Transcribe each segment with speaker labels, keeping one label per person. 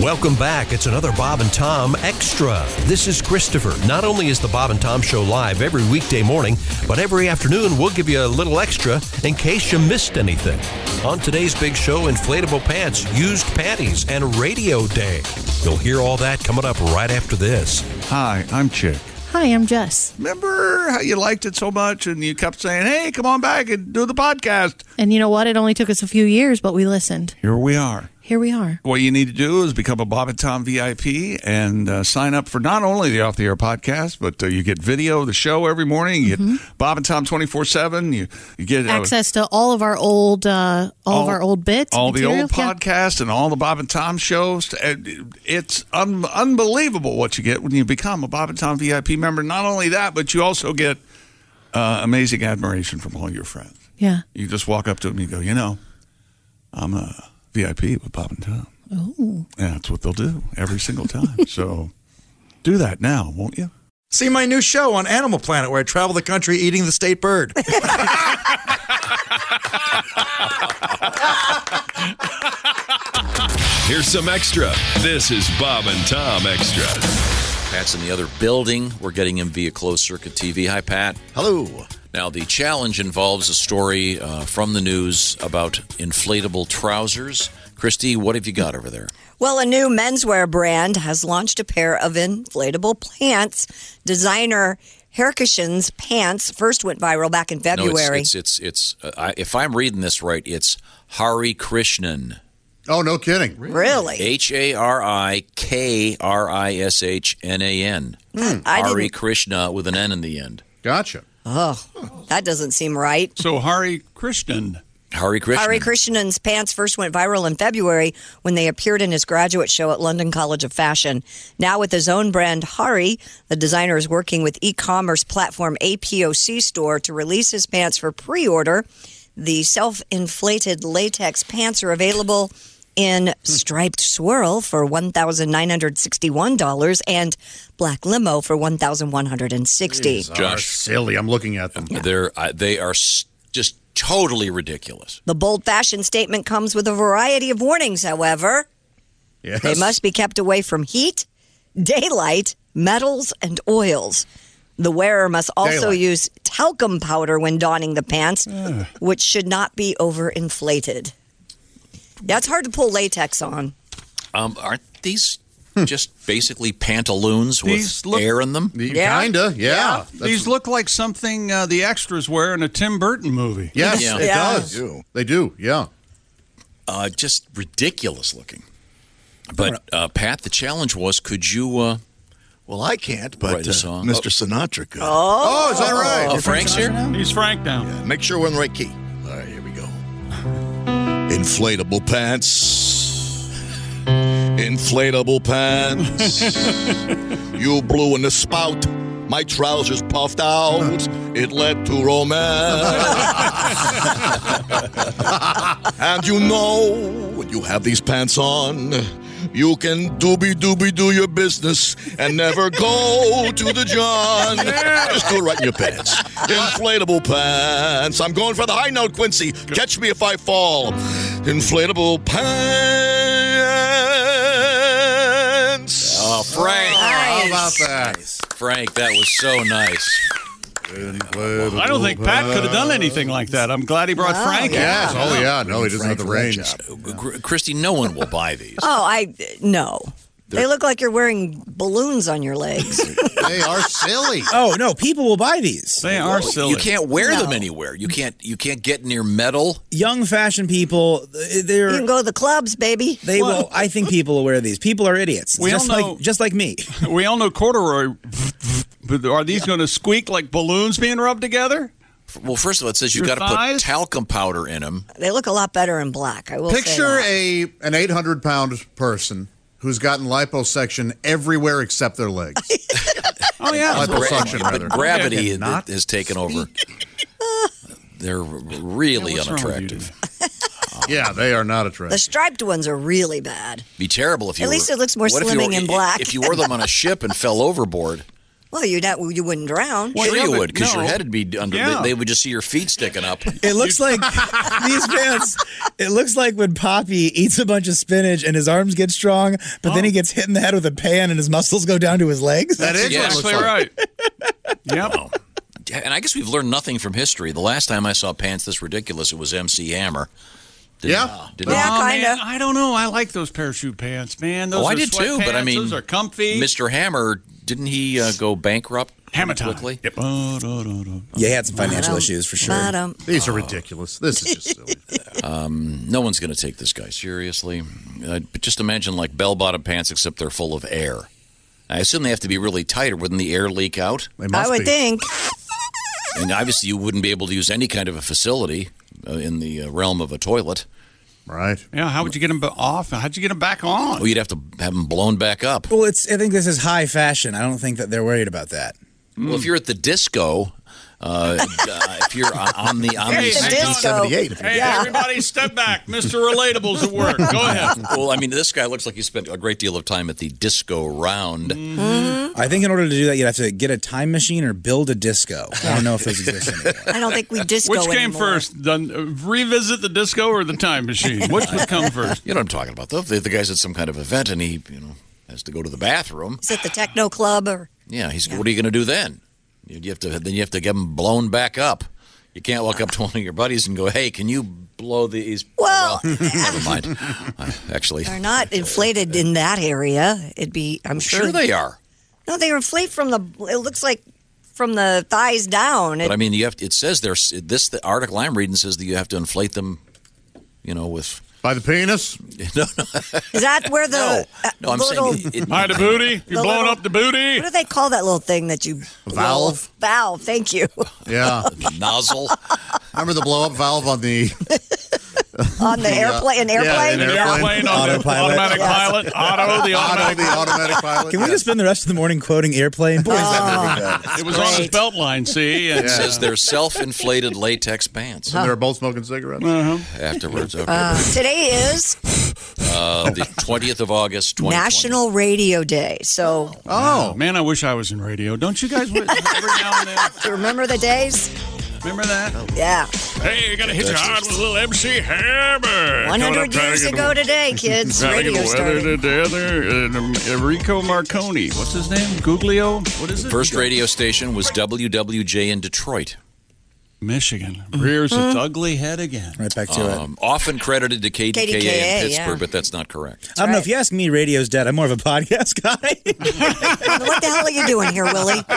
Speaker 1: Welcome back. It's another Bob and Tom Extra. This is Christopher. Not only is the Bob and Tom Show live every weekday morning, but every afternoon we'll give you a little extra in case you missed anything. On today's big show, inflatable pants, used panties, and radio day. You'll hear all that coming up right after this.
Speaker 2: Hi, I'm Chick.
Speaker 3: Hi, I'm Jess.
Speaker 2: Remember how you liked it so much and you kept saying, hey, come on back and do the podcast?
Speaker 3: And you know what? It only took us a few years, but we listened.
Speaker 2: Here we are.
Speaker 3: Here we are.
Speaker 2: What you need to do is become a Bob and Tom VIP and uh, sign up for not only the Off the Air podcast, but uh, you get video of the show every morning. You get Bob and Tom 24 7. You you get uh,
Speaker 3: Mm-hmm. Access to all of our old, uh, all, of our old bits,
Speaker 2: all the
Speaker 3: material.
Speaker 2: old
Speaker 3: Yeah.
Speaker 2: podcasts, and all the Bob and Tom shows. And It's un- unbelievable what you get when you become a Bob and Tom VIP member. Not only that, but you also get uh, amazing admiration from all your friends.
Speaker 3: Yeah.
Speaker 2: You just walk up to them and you go, you know, I'm a VIP with Bob and Tom.
Speaker 3: Oh.
Speaker 2: And that's what they'll do every single time. so do that now, won't you?
Speaker 4: See my new show on Animal Planet where I travel the country eating the state bird.
Speaker 5: Here's some extra. This is Bob and Tom Extra.
Speaker 6: Pat's in the other building. We're getting him via closed circuit TV. Hi, Pat.
Speaker 4: Hello.
Speaker 6: Now, the challenge involves a story uh, from the news about inflatable trousers. Christy, what have you got over there?
Speaker 7: Well, a new menswear brand has launched a pair of inflatable pants. Designer Herkishen's pants first went viral back in February.
Speaker 6: it's it's it's. it's uh, I, if I'm reading this right, it's Hari Krishnan.
Speaker 8: Oh, no kidding.
Speaker 7: really?
Speaker 6: H A R I K R I S H N A N.
Speaker 7: Hmm. I
Speaker 6: Hari
Speaker 7: didn't.
Speaker 6: Krishna with an N in the end.
Speaker 8: Gotcha.
Speaker 7: Oh, that doesn't seem right.
Speaker 2: So Hari Krishnan.
Speaker 6: Hari Krishnan.
Speaker 7: Hari Krishnan's pants first went viral in February when they appeared in his graduate show at London College of Fashion. Now, with his own brand, Hari, the designer is working with e commerce platform APOC Store to release his pants for pre order. The self inflated latex pants are available in striped swirl for $1,961 and black limo for $1,160.
Speaker 6: Josh.
Speaker 8: Silly. I'm looking at them.
Speaker 6: They're uh, they are s- just totally ridiculous.
Speaker 7: The bold fashion statement comes with a variety of warnings, however.
Speaker 8: Yes.
Speaker 7: They must be kept away from heat, daylight, metals, and oils. The wearer must also
Speaker 8: Daylight.
Speaker 7: use talcum powder when donning the pants, which should not be overinflated. That's hard to pull latex on.
Speaker 6: Um, aren't these just basically pantaloons with
Speaker 2: These look-
Speaker 6: air in them?
Speaker 7: Yeah.
Speaker 8: Kinda.
Speaker 6: Ah,
Speaker 8: Yeah. That's-
Speaker 2: These look like something uh, the extras wear in a Tim Burton movie.
Speaker 8: Yes,
Speaker 6: Yeah.
Speaker 8: it
Speaker 7: Yeah.
Speaker 8: does. They do. Yeah.
Speaker 6: Uh, just ridiculous looking. But uh, Pat, the challenge was: could you? Uh,
Speaker 9: Well, I can't,
Speaker 6: Write
Speaker 9: but
Speaker 6: a
Speaker 9: uh,
Speaker 6: song.
Speaker 9: Mr. Sinatra could.
Speaker 8: Oh, is that right?
Speaker 6: oh, Frank's here.
Speaker 2: He's Frank now.
Speaker 9: Make sure we're in the right key. All right, here we go. Inflatable pants. Inflatable pants. you blew in the spout. My trousers puffed out. It led to romance. and you know, when you have these pants on, you can doobie doobie do your business and never go to the John. Just do it right in your pants. Inflatable pants. I'm going for the high note, Quincy. Catch me if I fall. Inflatable pants.
Speaker 6: Oh, Frank!
Speaker 8: How about that?
Speaker 6: Frank, that was so nice.
Speaker 2: I don't think Pat could have done
Speaker 6: uh,
Speaker 2: anything like that. I'm glad he brought Frank in.
Speaker 8: Yes. Oh, yeah. No, he doesn't have the range.
Speaker 6: Gr- Christy, no one will buy these.
Speaker 7: Oh, I no. They look like you're wearing balloons on your legs.
Speaker 8: They are silly.
Speaker 4: Oh, no, people will buy these.
Speaker 2: They are silly.
Speaker 6: You can't wear them anywhere. You can't. You can't get near metal.
Speaker 4: Young fashion people,
Speaker 7: you
Speaker 4: they're
Speaker 7: can go to the clubs, baby.
Speaker 4: they will I think people will wear these. People are idiots.
Speaker 2: We all
Speaker 4: just
Speaker 2: know-
Speaker 4: like just like me.
Speaker 2: We all know corduroy, but are these going to squeak like balloons being rubbed together?
Speaker 6: Well, first of all, it says you've
Speaker 2: Your
Speaker 6: got to put
Speaker 2: thighs?
Speaker 6: talcum powder in them.
Speaker 7: They look a lot better in black. I will say
Speaker 8: Picture
Speaker 7: that.
Speaker 8: a an 800 pound person who's gotten liposuction everywhere except their legs.
Speaker 2: Oh yeah,
Speaker 8: liposuction, rather.
Speaker 6: But gravity
Speaker 2: I cannot
Speaker 6: has taken over. They're r- really
Speaker 2: What's wrong with you
Speaker 6: unattractive.
Speaker 2: today?
Speaker 8: Yeah, they are not
Speaker 7: the
Speaker 8: attractive.
Speaker 7: striped ones are really bad.
Speaker 6: be terrible if you
Speaker 7: At
Speaker 6: were-
Speaker 7: least it looks more
Speaker 6: what if you
Speaker 7: slimming
Speaker 6: were-
Speaker 7: and
Speaker 6: i-
Speaker 7: black.
Speaker 6: If you wore them on a ship and fell overboard,
Speaker 7: Well, you not you wouldn't drown.
Speaker 2: Well,
Speaker 6: sure
Speaker 2: yeah,
Speaker 6: you
Speaker 2: but
Speaker 6: would, because your
Speaker 2: no.
Speaker 6: head would be under.
Speaker 2: Yeah.
Speaker 6: They, they would just see your feet sticking up.
Speaker 10: It looks like these pants. It looks like when Poppy eats a bunch of spinach and his arms get strong, but then he gets hit in the head with a pan and his muscles go down to his legs.
Speaker 8: Oh. That is
Speaker 6: Yeah. Oh,
Speaker 8: what it looks
Speaker 2: Exactly
Speaker 8: like.
Speaker 2: right. yep.
Speaker 6: And I guess we've learned nothing from history. The last time I saw pants this ridiculous, it was MC Hammer. Did-
Speaker 8: Yeah.
Speaker 6: did
Speaker 7: Yeah,
Speaker 2: Oh, man,
Speaker 7: kinda.
Speaker 2: I don't know. I like those parachute pants, man. Those
Speaker 6: oh,
Speaker 2: are
Speaker 6: I did too, but I
Speaker 2: sweatpants.
Speaker 6: mean,
Speaker 2: those are comfy.
Speaker 6: Mr. Hammer, didn't he uh, go bankrupt
Speaker 2: Hammer time.
Speaker 6: quickly?
Speaker 2: Yep. Oh, no, no, no.
Speaker 10: Yeah, he had some financial issues for sure.
Speaker 7: Bottom.
Speaker 8: These are ridiculous. This is just silly.
Speaker 6: No one's going to take this guy seriously. Uh, but just imagine like bell-bottom pants, except they're full of air. I assume they have to be really tight, or wouldn't the air leak out?
Speaker 8: They must
Speaker 7: I would
Speaker 8: be.
Speaker 7: think.
Speaker 6: And obviously, you wouldn't be able to use any kind of a facility uh, in the uh, realm of a toilet.
Speaker 8: Right. Oh,
Speaker 2: Yeah, how would you get them off? How'd you get them back on?
Speaker 6: Well, Oh, you'd have to have them blown back up.
Speaker 10: Well, it's. I think this is high fashion. I don't think that they're worried about that.
Speaker 6: Well, if you're at the disco, uh, uh, if you're on on the on
Speaker 2: Hey,
Speaker 6: the
Speaker 7: It's a
Speaker 2: hang on.
Speaker 7: disco.
Speaker 2: Hey, everybody, step back. Mr. Relatable's at work. Go ahead.
Speaker 6: well, I mean, this guy looks like he spent a great deal of time at the disco round.
Speaker 10: I think in order to do that, you'd have to get a time machine or build a disco. I don't know if those exist anymore.
Speaker 7: I don't think we disco
Speaker 2: Which came
Speaker 7: anymore.
Speaker 2: first? Done, uh, revisit the disco or the time machine? Which would come first?
Speaker 6: You know what I'm talking about, though. The, the guy's at some kind of event and he, you know, has to go to the bathroom.
Speaker 7: Is it the techno club or?
Speaker 6: Yeah, he's. What are you going to do then? You you have to. Then you have to get him blown back up. You can't walk up to one of your buddies and go, "Hey, can you blow these?"
Speaker 7: Well-
Speaker 6: never mind. I, actually,
Speaker 7: Are not inflated in that area. It'd be, I'm sure.
Speaker 6: sure they are.
Speaker 7: No, they inflate from the. It looks like from the thighs down. It,
Speaker 6: But I mean, you have. It says there's this. The article I'm reading says that you have to inflate them. You know, with
Speaker 8: By the penis?
Speaker 7: is that where the uh,
Speaker 6: no, no. I'm
Speaker 7: little,
Speaker 6: saying it,
Speaker 2: Hi, the booty. You're
Speaker 7: The
Speaker 2: blowing
Speaker 7: little-
Speaker 2: up the booty.
Speaker 7: What do they call that little thing that you
Speaker 8: Valve?
Speaker 7: Valve. Thank you.
Speaker 8: Yeah.
Speaker 6: it- nozzle.
Speaker 8: Remember the blow up valve on the.
Speaker 7: On the airplane, an
Speaker 8: Yeah, an
Speaker 7: airplane.
Speaker 8: airplane.
Speaker 2: Airplane on the
Speaker 10: Autopilot.
Speaker 2: automatic
Speaker 7: Yes.
Speaker 2: pilot. Auto, the
Speaker 8: Auto,
Speaker 2: automatic.
Speaker 8: the automatic pilot.
Speaker 10: Can we
Speaker 8: Yeah.
Speaker 10: just spend the rest of the morning quoting airplane? Boy, is that movie good.
Speaker 2: It was on his belt line, see? And,
Speaker 6: It says they're self-inflated latex pants.
Speaker 8: They're both smoking cigarettes.
Speaker 6: Afterwards, okay.
Speaker 7: Uh, Today is
Speaker 6: Uh, the 20th of August, 2020.
Speaker 7: National Radio Day. So
Speaker 2: oh. Man, I wish I was in radio. Don't you guys every now and then?
Speaker 7: do you remember the days?
Speaker 2: Remember that?
Speaker 7: Yeah.
Speaker 2: Hey, you gotta hit your hard with a little MC Hammer.
Speaker 7: 100 years ago today, kids. Radio started.
Speaker 2: together. And, um, Enrico Marconi. What's his name? Guglio? What is it?
Speaker 6: First radio station was WWJ in Detroit.
Speaker 2: Michigan rears its ugly head again.
Speaker 10: Right back to
Speaker 8: Oh.
Speaker 10: it.
Speaker 6: Um, often credited to KDKA,
Speaker 7: KDKA, yeah.
Speaker 6: in Pittsburgh, but that's not correct.
Speaker 10: I don't know if you ask me, radio's dead. I'm more of a podcast guy.
Speaker 7: What the hell are you doing here, Willie?
Speaker 10: No,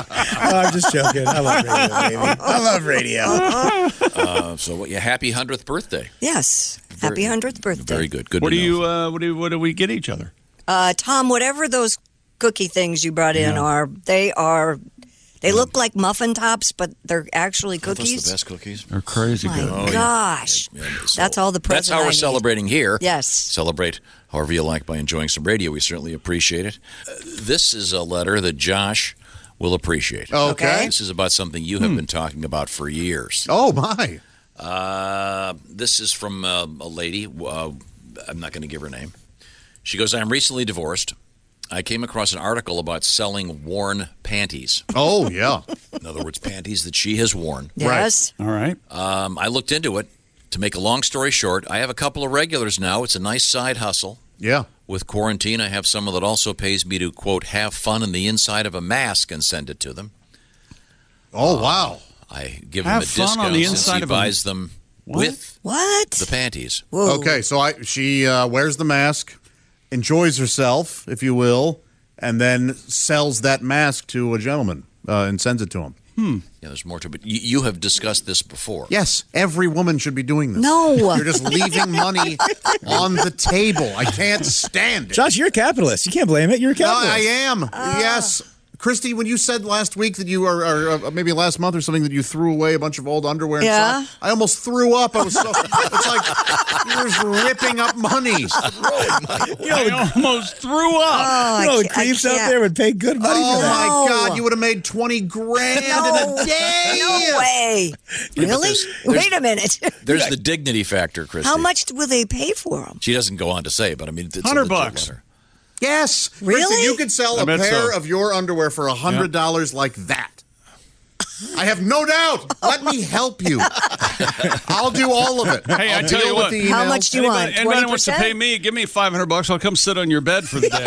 Speaker 10: Oh, I'm just joking. I love radio, baby. I love radio.
Speaker 6: Uh, so, what, yeah, happy hundredth birthday.
Speaker 7: Yes. Happy 100th birthday.
Speaker 6: Very good. Good.
Speaker 2: What
Speaker 6: to
Speaker 2: do
Speaker 6: know.
Speaker 2: you? Uh, what do? What do we get each other?
Speaker 7: Uh, Tom, whatever those cookie things you brought in are, they are, they look like muffin tops, but they're actually
Speaker 6: Are those the
Speaker 7: cookies.
Speaker 6: best Oh, cookies.
Speaker 2: They're crazy
Speaker 7: My
Speaker 2: good.
Speaker 7: gosh. That's all the
Speaker 6: That's
Speaker 7: present
Speaker 6: how
Speaker 7: I
Speaker 6: we're
Speaker 7: need.
Speaker 6: celebrating here.
Speaker 7: Yes.
Speaker 6: Celebrate however you like by enjoying some radio. We certainly appreciate it. Uh, this is a letter that Josh will appreciate.
Speaker 8: Okay.
Speaker 6: This is about something you have been talking about for years.
Speaker 8: Oh, my.
Speaker 6: Uh, this is from uh, a lady. Uh, I'm not going to give her name. She goes, I'm recently divorced. I came across an article about selling worn panties.
Speaker 8: Oh, yeah.
Speaker 6: In other words, panties that she has worn.
Speaker 7: Yes.
Speaker 2: All right.
Speaker 6: Um, I looked into it. To make a long story short, I have a couple of regulars now. It's a nice side hustle.
Speaker 8: Yeah.
Speaker 6: With quarantine, I have someone that also pays me to, quote, have fun in the inside of a mask and send it to them.
Speaker 8: Oh, wow.
Speaker 6: I give
Speaker 2: Have
Speaker 6: him a
Speaker 2: fun on
Speaker 6: discount
Speaker 2: the
Speaker 6: since
Speaker 2: inside
Speaker 6: he
Speaker 2: of a-
Speaker 6: buys them with
Speaker 7: What?
Speaker 6: the panties.
Speaker 7: Whoa.
Speaker 8: Okay, so I she uh, wears the mask, enjoys herself, if you will, and then sells that mask to a gentleman uh, and sends it to him.
Speaker 6: Yeah, there's more to it. But you, you have discussed this before.
Speaker 8: Yes, every woman should be doing this.
Speaker 7: No.
Speaker 8: You're just leaving money on the table. I can't stand it.
Speaker 10: Josh, you're a capitalist. You can't blame it. You're a
Speaker 8: No, I
Speaker 10: capitalist.
Speaker 8: am.
Speaker 7: Uh.
Speaker 8: Yes. Christy, when you said last week that you are, or uh, maybe last month or something, that you threw away a bunch of old underwear and
Speaker 7: Yeah.
Speaker 8: socks, I almost threw up. I was so, it's like you're just ripping up money.
Speaker 2: I almost threw up.
Speaker 7: Oh, I
Speaker 10: You know, the
Speaker 7: ca- I
Speaker 10: creeps out
Speaker 7: can't.
Speaker 10: there would pay good money
Speaker 8: Oh
Speaker 10: for that.
Speaker 8: my
Speaker 7: No.
Speaker 8: God! You would have made twenty grand in
Speaker 7: No.
Speaker 8: a day.
Speaker 7: No way. Really? Wait a minute.
Speaker 6: There's the dignity factor, Christy.
Speaker 7: How much will they pay for them?
Speaker 6: She doesn't go on to say, but I mean, it's a
Speaker 2: 100
Speaker 6: legit
Speaker 2: bucks.
Speaker 6: letter.
Speaker 8: Yes. Kristen,
Speaker 7: Really?
Speaker 8: you could sell
Speaker 2: I
Speaker 8: a
Speaker 2: bet
Speaker 8: pair
Speaker 2: so.
Speaker 8: of your underwear for $100 like that. I have no doubt. Let me help you. I'll do all of it.
Speaker 2: Hey, I tell
Speaker 8: I'll deal
Speaker 2: you
Speaker 8: with
Speaker 2: what.
Speaker 8: the
Speaker 7: How
Speaker 8: emails.
Speaker 7: much do you want?
Speaker 2: Anybody wants to
Speaker 7: 20%?
Speaker 2: pay me, give me 500 bucks. I'll come sit on your bed for the day.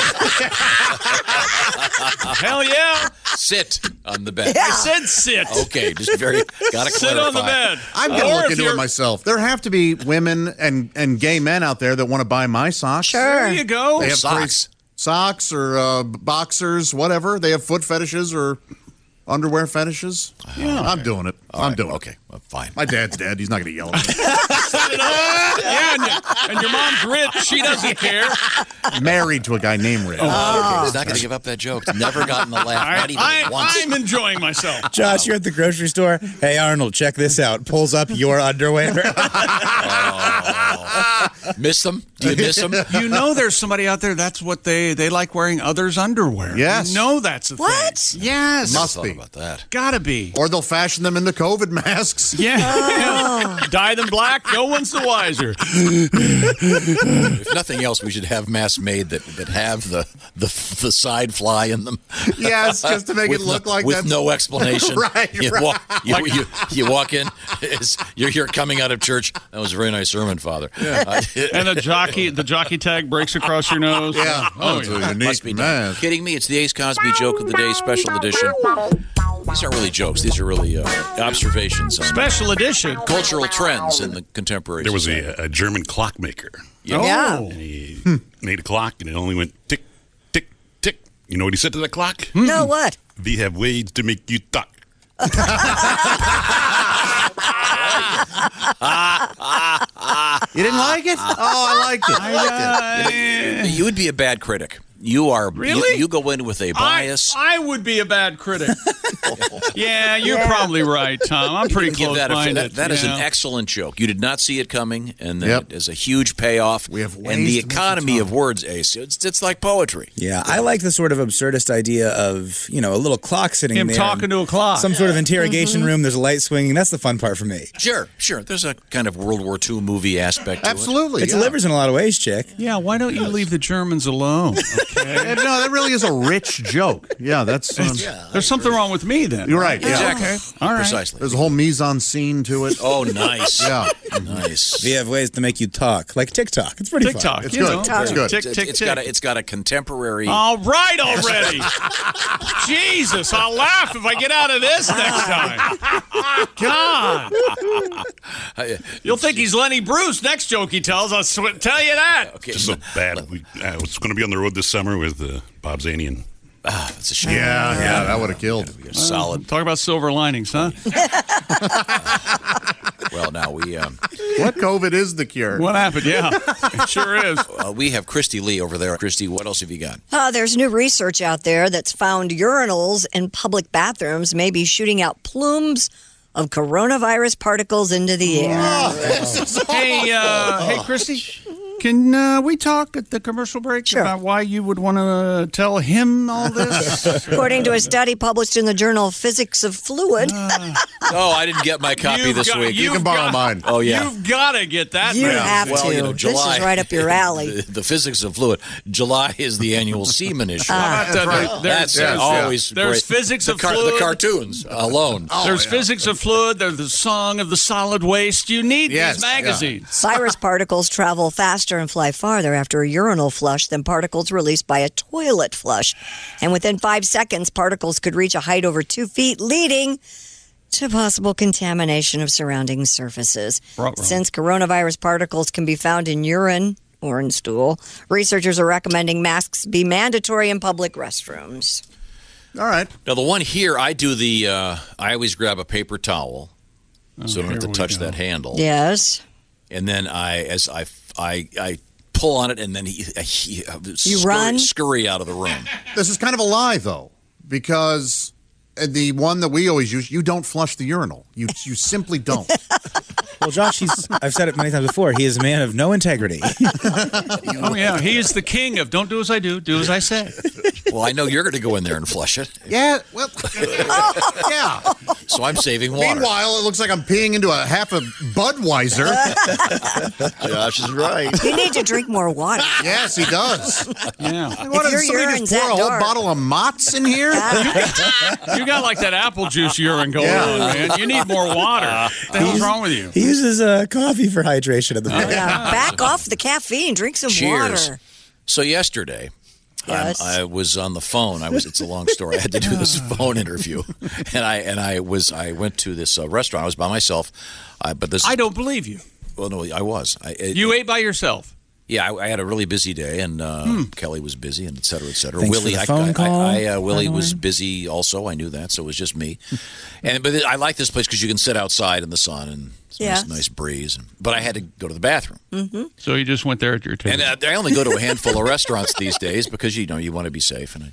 Speaker 2: Hell yeah.
Speaker 6: Sit on the bed.
Speaker 2: I said sit.
Speaker 6: Okay, just very gotta
Speaker 2: Sit on the
Speaker 6: clarify.
Speaker 2: bed.
Speaker 8: I'm
Speaker 2: Or
Speaker 8: gonna
Speaker 2: if
Speaker 8: look into
Speaker 2: you're-
Speaker 8: it myself. There have to be women and and gay men out there that want to buy my socks.
Speaker 2: There you go.
Speaker 8: They have
Speaker 6: Socks.
Speaker 8: great socks or uh, boxers, whatever. They have foot fetishes or underwear fetishes. Yeah, I'm doing it. I'm doing it.
Speaker 6: Okay, well, fine.
Speaker 8: My dad's dead. He's not going to yell at
Speaker 2: yeah, and, your- and your mom's rich. She doesn't care.
Speaker 8: me. Married to a guy named Rick.
Speaker 2: Oh.
Speaker 6: Okay, he's not gonna give up that joke. Never gotten a laugh,
Speaker 2: All
Speaker 6: not
Speaker 2: right.
Speaker 6: even once.
Speaker 2: I, I'm enjoying myself.
Speaker 10: Josh, you're at the grocery store. Hey, Arnold, check this out. Pulls up your underwear.
Speaker 6: Miss them? Do you miss them?
Speaker 2: You know, there's somebody out there. That's what they they like wearing others' underwear.
Speaker 8: Yes.
Speaker 2: You know that's a
Speaker 7: What?
Speaker 2: thing. Yes.
Speaker 8: Must
Speaker 6: Thought
Speaker 8: be.
Speaker 6: about that.
Speaker 2: Gotta be.
Speaker 8: Or they'll fashion them into COVID masks.
Speaker 2: Yeah. Dye them black. No one's the wiser.
Speaker 6: If nothing else, we should have masks made that, that have the, the the side fly in them.
Speaker 8: Yes, just to make it
Speaker 6: With
Speaker 8: look
Speaker 6: no,
Speaker 8: like
Speaker 6: with
Speaker 8: that's-
Speaker 6: no explanation.
Speaker 8: Right,
Speaker 6: You
Speaker 8: right.
Speaker 6: walk, you, you, you walk in. It's, you're, you're coming out of church. That was a very nice sermon, Father. Uh,
Speaker 2: And the jockey the jockey tag breaks across your nose.
Speaker 8: Yeah.
Speaker 2: Oh,
Speaker 8: That's
Speaker 2: yeah.
Speaker 6: must
Speaker 8: a unique
Speaker 6: be done.
Speaker 8: mask.
Speaker 6: Kidding me? It's the Ace Cosby joke of the day, special edition. These aren't really jokes. These are really uh, observations on
Speaker 2: Special edition.
Speaker 6: cultural trends in the contemporary.
Speaker 11: There was a, a German clockmaker.
Speaker 7: Yeah.
Speaker 2: Oh.
Speaker 11: He made a clock and it only went tick, tick, tick. You know what he said to that clock?
Speaker 2: Hmm.
Speaker 7: No,
Speaker 6: Hmm.
Speaker 7: what?
Speaker 11: We have ways to make you talk.
Speaker 8: You didn't like it? Oh, I liked it. I liked it.
Speaker 6: You would be a bad critic. You are you-
Speaker 2: Really?
Speaker 6: You, go in with a
Speaker 2: I,
Speaker 6: bias.
Speaker 2: I would be a bad critic. yeah, you're probably right, Tom. I'm pretty
Speaker 6: Give
Speaker 2: close
Speaker 6: that, a,
Speaker 2: minded.
Speaker 6: that, that is an
Speaker 2: yeah.
Speaker 6: excellent joke. You did not see it coming, and then
Speaker 8: Yep.
Speaker 6: it is a huge payoff.
Speaker 8: We have ways
Speaker 6: and the
Speaker 8: to make you
Speaker 6: economy
Speaker 8: talk.
Speaker 6: of words, Ace. It's, it's like poetry.
Speaker 10: Yeah, I like the sort of absurdist idea of you know a little clock sitting
Speaker 2: Him
Speaker 10: there,
Speaker 2: talking to a clock. Mm-hmm.
Speaker 10: some sort of interrogation room. There's a light swinging. That's the fun part for me.
Speaker 6: Sure, sure. There's a kind of World War II movie aspect to
Speaker 8: Absolutely.
Speaker 10: It
Speaker 8: yeah.
Speaker 10: delivers in a lot of ways, chick.
Speaker 2: yeah, why don't you leave the Germans alone? Okay.
Speaker 8: Yeah, no, that really is a rich joke. Yeah, that's. um,
Speaker 2: There's something wrong with me then.
Speaker 8: You're right.
Speaker 6: it.
Speaker 8: Yeah.
Speaker 6: Exactly.
Speaker 2: All right.
Speaker 6: Precisely.
Speaker 8: There's a whole mise en scene to it.
Speaker 6: Oh, nice.
Speaker 8: Yeah.
Speaker 6: Nice.
Speaker 10: We have ways to make you talk, like TikTok. It's pretty
Speaker 2: TikTok.
Speaker 8: It's
Speaker 2: you
Speaker 8: good.
Speaker 2: know.
Speaker 8: TikTok. It's good.
Speaker 2: Tick,
Speaker 6: It's-
Speaker 2: tick,
Speaker 6: it's
Speaker 2: tick.
Speaker 6: got a, it's got a contemporary.
Speaker 2: All right already. Jesus, I'll laugh if I get out of this next time. God. You'll think he's Lenny Bruce next joke he tells. I'll sw- tell you that.
Speaker 6: okay,
Speaker 11: Just so bad. We, I was going to be on the road this summer with uh, Bob Zany and
Speaker 6: that's a shame.
Speaker 8: Yeah, yeah, that would have killed.
Speaker 6: You're uh, solid.
Speaker 2: Talk about silver linings, huh?
Speaker 6: Well, now we um,
Speaker 8: What COVID is the cure?
Speaker 2: What happened? Yeah, it sure is.
Speaker 6: uh, we have Christy Lee over there. Christy, what else have you got?
Speaker 7: Uh, there's new research out there that's found urinals in public bathrooms may be shooting out plumes of coronavirus particles into the air.
Speaker 6: Oh,
Speaker 2: Hey, uh, hey, Christy, can uh, we talk at the commercial break
Speaker 7: Sure.
Speaker 2: about why you would want to tell him all this?
Speaker 7: According to a study published in the journal Physics of Fluid,
Speaker 6: Oh, I didn't get my copy
Speaker 2: You've
Speaker 6: this
Speaker 2: got-
Speaker 6: week.
Speaker 8: You
Speaker 2: you've
Speaker 8: can borrow
Speaker 2: got-
Speaker 8: mine.
Speaker 6: Oh, yeah.
Speaker 2: You've got to get that.
Speaker 7: you
Speaker 2: man.
Speaker 7: have
Speaker 6: well,
Speaker 7: to.
Speaker 6: you know, July.
Speaker 7: This is right up your alley.
Speaker 6: the, the physics of fluid. July is the annual semen issue.
Speaker 2: That's,
Speaker 8: right.
Speaker 6: That's
Speaker 8: Yes, yeah.
Speaker 6: always
Speaker 2: There's
Speaker 6: great.
Speaker 2: physics
Speaker 6: the
Speaker 2: of fluid. Oh.
Speaker 6: The cartoons alone.
Speaker 2: There's physics of fluid. There's the song of the solid waste. You need
Speaker 8: Yes,
Speaker 2: these
Speaker 8: yeah.
Speaker 2: magazines.
Speaker 7: Virus particles travel faster and fly farther after a urinal flush than particles released by a toilet flush. And within five seconds, particles could reach a height over two feet, leading to possible contamination of surrounding surfaces. Since coronavirus particles can be found in urine or in stool, researchers are recommending masks be mandatory in public restrooms.
Speaker 8: All right.
Speaker 6: Now the one here, I do the. Uh, I always grab a paper towel, so I don't have to touch that handle.
Speaker 7: Yes.
Speaker 6: And then I, as I, I, I pull on it, and then he, he uh, scurry,
Speaker 7: run?
Speaker 6: scurry out of the room.
Speaker 8: This is kind of a lie, though, because uh, the one that we always use, you don't flush the urinal. You you simply don't.
Speaker 10: Well, Josh, he's, I've said it many times before. He is a man of no integrity.
Speaker 2: Oh yeah, he is the king of "Don't do as I do, do as I say."
Speaker 6: well, I know you're going to go in there and flush it,
Speaker 8: Yeah, well, yeah.
Speaker 6: so I'm saving water.
Speaker 8: Meanwhile, it looks like I'm peeing into a half a Budweiser.
Speaker 9: Josh is right.
Speaker 7: You need to drink more water.
Speaker 8: yes, he does.
Speaker 2: Yeah.
Speaker 8: What,
Speaker 7: If
Speaker 8: did
Speaker 7: your
Speaker 8: somebody
Speaker 7: urine's
Speaker 8: just pour
Speaker 7: that
Speaker 8: a whole
Speaker 7: dark.
Speaker 8: bottle of Mott's in here?
Speaker 2: You got like that apple juice urine going
Speaker 8: Yeah.
Speaker 2: on, man. You need more water. What the hell's wrong with you?
Speaker 10: He uses uh, coffee for hydration at the
Speaker 2: Oh,
Speaker 10: moment.
Speaker 7: Yeah, back off the caffeine. Drink some
Speaker 6: Cheers.
Speaker 7: water.
Speaker 6: So yesterday, um,
Speaker 7: Yes.
Speaker 6: I was on the phone. I was. It's a long story. I had to do this phone interview, and I and I was. I went to this uh, restaurant. I was by myself, uh, but this.
Speaker 2: I don't believe you.
Speaker 6: Well, no, I was. I, it-
Speaker 2: You ate by yourself.
Speaker 6: Yeah, I, I had a really busy day, and uh, Kelly was busy, and et cetera, et cetera.
Speaker 10: Thanks for
Speaker 6: Willie,
Speaker 10: the
Speaker 6: I-
Speaker 10: phone
Speaker 6: I,
Speaker 10: call,
Speaker 6: I, uh,
Speaker 10: by
Speaker 6: Willie
Speaker 10: the
Speaker 6: was
Speaker 10: way.
Speaker 6: busy also. I knew that, so it was just me. and but I like this place because you can sit outside in the sun and it's
Speaker 7: Yeah.
Speaker 6: nice, nice breeze. But I had to go to the bathroom,
Speaker 2: So you just went there at your
Speaker 6: and
Speaker 2: table.
Speaker 6: uh, I only go to a handful of restaurants these days because you know you want to be safe. And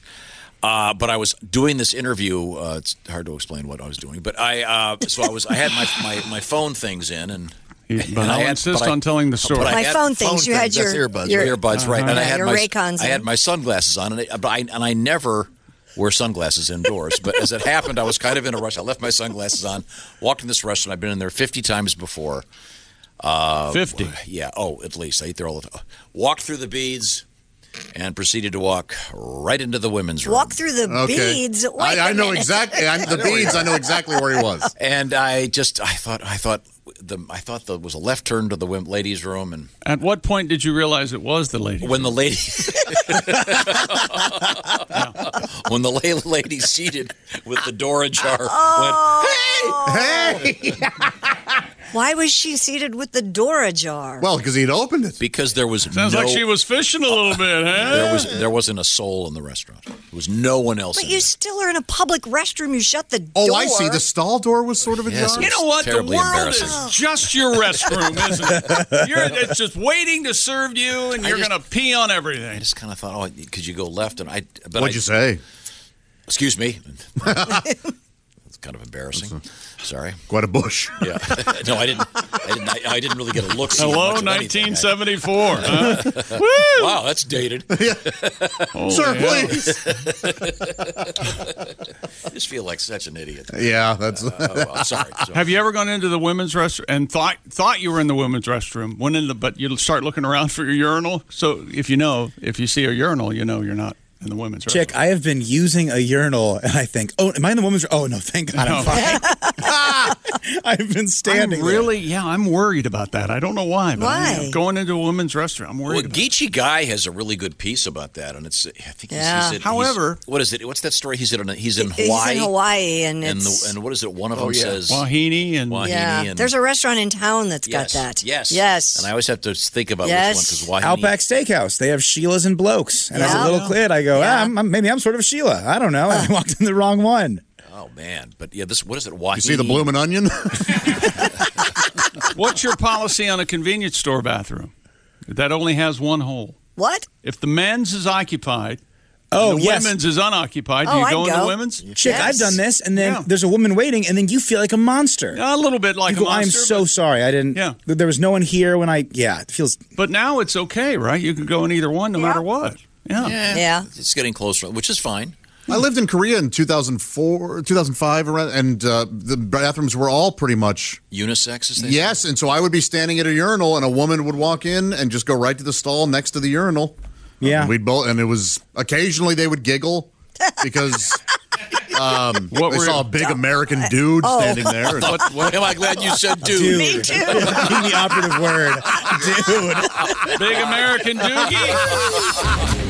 Speaker 6: I, uh, but I was doing this interview. Uh, it's hard to explain what I was doing, but I uh, so I was I had my, my my phone things in and.
Speaker 2: He- but
Speaker 6: and I
Speaker 2: I'll
Speaker 6: had-
Speaker 2: insist
Speaker 6: but I-
Speaker 2: on telling the
Speaker 6: but
Speaker 2: story.
Speaker 6: I
Speaker 7: My
Speaker 6: had
Speaker 7: phone things.
Speaker 9: phone
Speaker 7: you had
Speaker 9: things, that's
Speaker 7: your
Speaker 9: earbuds,
Speaker 6: your,
Speaker 9: Your-
Speaker 6: earbuds, right? And I
Speaker 7: Yeah,
Speaker 6: had
Speaker 7: your
Speaker 6: my
Speaker 7: Raycons
Speaker 6: I had
Speaker 7: in.
Speaker 6: my sunglasses on, and I, but I and I never wear sunglasses indoors. but as it happened, I was kind of in a rush. I left my sunglasses on, walked in this restaurant. I've been in there fifty times before.
Speaker 2: 50.
Speaker 6: Yeah, oh, at least I eat there all the time. Walked through the beads, and proceeded to walk right into the women's room.
Speaker 7: walk through the beads. Wait
Speaker 8: I, I
Speaker 7: a
Speaker 8: know
Speaker 7: minute.
Speaker 8: exactly. i the beads. I know exactly where he was.
Speaker 6: and I just I thought I thought the I thought there was a left turn to the women, ladies' room, and
Speaker 2: At what point did you realize it was the lady?
Speaker 6: when the lady when the la- lady seated with the door ajar
Speaker 2: Oh.
Speaker 6: went
Speaker 7: Oh.
Speaker 8: Hey,
Speaker 7: Why was she seated with the door ajar?
Speaker 8: well, because he'd opened it.
Speaker 6: because there was
Speaker 2: Sounds
Speaker 6: no
Speaker 2: like she was fishing a little bit, huh?
Speaker 6: there was there wasn't a soul in the restaurant. There was no one else.
Speaker 7: but
Speaker 6: in
Speaker 7: you
Speaker 6: there.
Speaker 7: still are in a public restroom. You shut the
Speaker 8: Oh,
Speaker 7: door.
Speaker 8: I see. The stall door was sort of
Speaker 6: Yes,
Speaker 8: ajar.
Speaker 6: it
Speaker 2: You know what? The
Speaker 6: Terribly
Speaker 2: world
Speaker 6: embarrassing.
Speaker 2: is just your restroom, isn't it? You're, it's just waiting to serve you, and you're
Speaker 6: just-
Speaker 2: going to pee on
Speaker 6: I
Speaker 2: everything.
Speaker 6: just kind of thought, oh, could you go left? And I, but I,
Speaker 8: What'd you say?
Speaker 6: Excuse me. It's kind of embarrassing. Sorry.
Speaker 8: Quite a bush.
Speaker 6: Yeah. no, I didn't. I didn't. I, I didn't really get a look. see
Speaker 2: Hello,
Speaker 6: much of anything.
Speaker 2: 1974. huh?
Speaker 6: I- Wow, that's dated. I
Speaker 8: Sir,
Speaker 2: Holy hell.
Speaker 8: please.
Speaker 6: just feel like such an idiot.
Speaker 8: Yeah, that's.
Speaker 6: Oh, I'm sorry. So-
Speaker 2: Have you ever gone into the women's restroom and thought thought you were in the women's restroom? Went in the but you start looking around for your urinal. So if you know, if you see a urinal, you know you're not in the women's
Speaker 10: Chick, I have been using a urinal, and I think, oh, am I in the woman's? Oh no, thank God, I'm fine. I've been
Speaker 2: restroom.
Speaker 10: standing.
Speaker 2: I'm
Speaker 10: there.
Speaker 2: really, yeah, I'm worried about that. I don't know why. But I am.
Speaker 7: Why?
Speaker 2: going into a women's restroom? I'm
Speaker 6: Well,
Speaker 2: worried. about
Speaker 6: Geechee Guy has a really good piece about that, and it's I think he's,
Speaker 7: Yeah.
Speaker 6: he's at, he's-
Speaker 2: However-
Speaker 6: what is it? What's that story? He's in he's in
Speaker 7: He's
Speaker 6: Hawaii,
Speaker 7: in Hawaii, and
Speaker 6: and
Speaker 7: it's
Speaker 6: the, and what is it? One of them says
Speaker 2: Wahini and
Speaker 6: Wahini
Speaker 7: yeah.
Speaker 6: and
Speaker 7: There's a restaurant in town that's
Speaker 6: yes,
Speaker 7: got that.
Speaker 6: Yes,
Speaker 7: Yes.
Speaker 6: And I always have to think about
Speaker 7: Yes.
Speaker 6: which one because Wahini.
Speaker 10: Outback Steakhouse. They have Sheila's and Blokes. And as
Speaker 7: Yeah.
Speaker 10: a little kid, I go, ah, I'm, I'm- maybe I'm sort of Sheila. I don't know. I walked in the wrong one.
Speaker 6: Oh man, but yeah, this what is it? Wahini.
Speaker 8: You see the blooming onion?
Speaker 2: What's your policy on a convenience store bathroom that only has one hole?
Speaker 7: what?
Speaker 2: If the men's is occupied,
Speaker 10: Oh,
Speaker 2: the
Speaker 10: yes.
Speaker 2: women's is unoccupied, do
Speaker 7: Oh,
Speaker 2: you
Speaker 7: I'd
Speaker 2: go, in
Speaker 7: go.
Speaker 2: the women's?
Speaker 10: Chick, I've
Speaker 7: Yes.
Speaker 10: done this, and then
Speaker 2: Yeah.
Speaker 10: there's a woman waiting, and then you feel like a monster.
Speaker 2: A little bit like
Speaker 10: you go,
Speaker 2: a monster,
Speaker 10: I'm so
Speaker 2: but,
Speaker 10: sorry. I didn't.
Speaker 2: Yeah.
Speaker 10: th- There was no one here when I. Yeah, it feels.
Speaker 2: but now it's okay, right? You could go in either one, no matter what. Yeah.
Speaker 6: Yeah,
Speaker 7: Yeah.
Speaker 6: it's getting closer, which is fine.
Speaker 8: I lived in Korea in 2004, 2005, around, and uh, the bathrooms were all pretty much
Speaker 6: Unisex is
Speaker 8: yes. And so I would be standing at a urinal, and a woman would walk in and just go right to the stall next to the urinal.
Speaker 10: Yeah.
Speaker 8: And we'd both, and it was occasionally they would giggle because um,
Speaker 2: What
Speaker 8: they
Speaker 2: were- Oh.
Speaker 8: saw a big American dude standing there. And,
Speaker 6: What, what am I glad you said, dude?
Speaker 7: Me too.
Speaker 10: Being the operative word. Dude.
Speaker 2: Big American Doogie.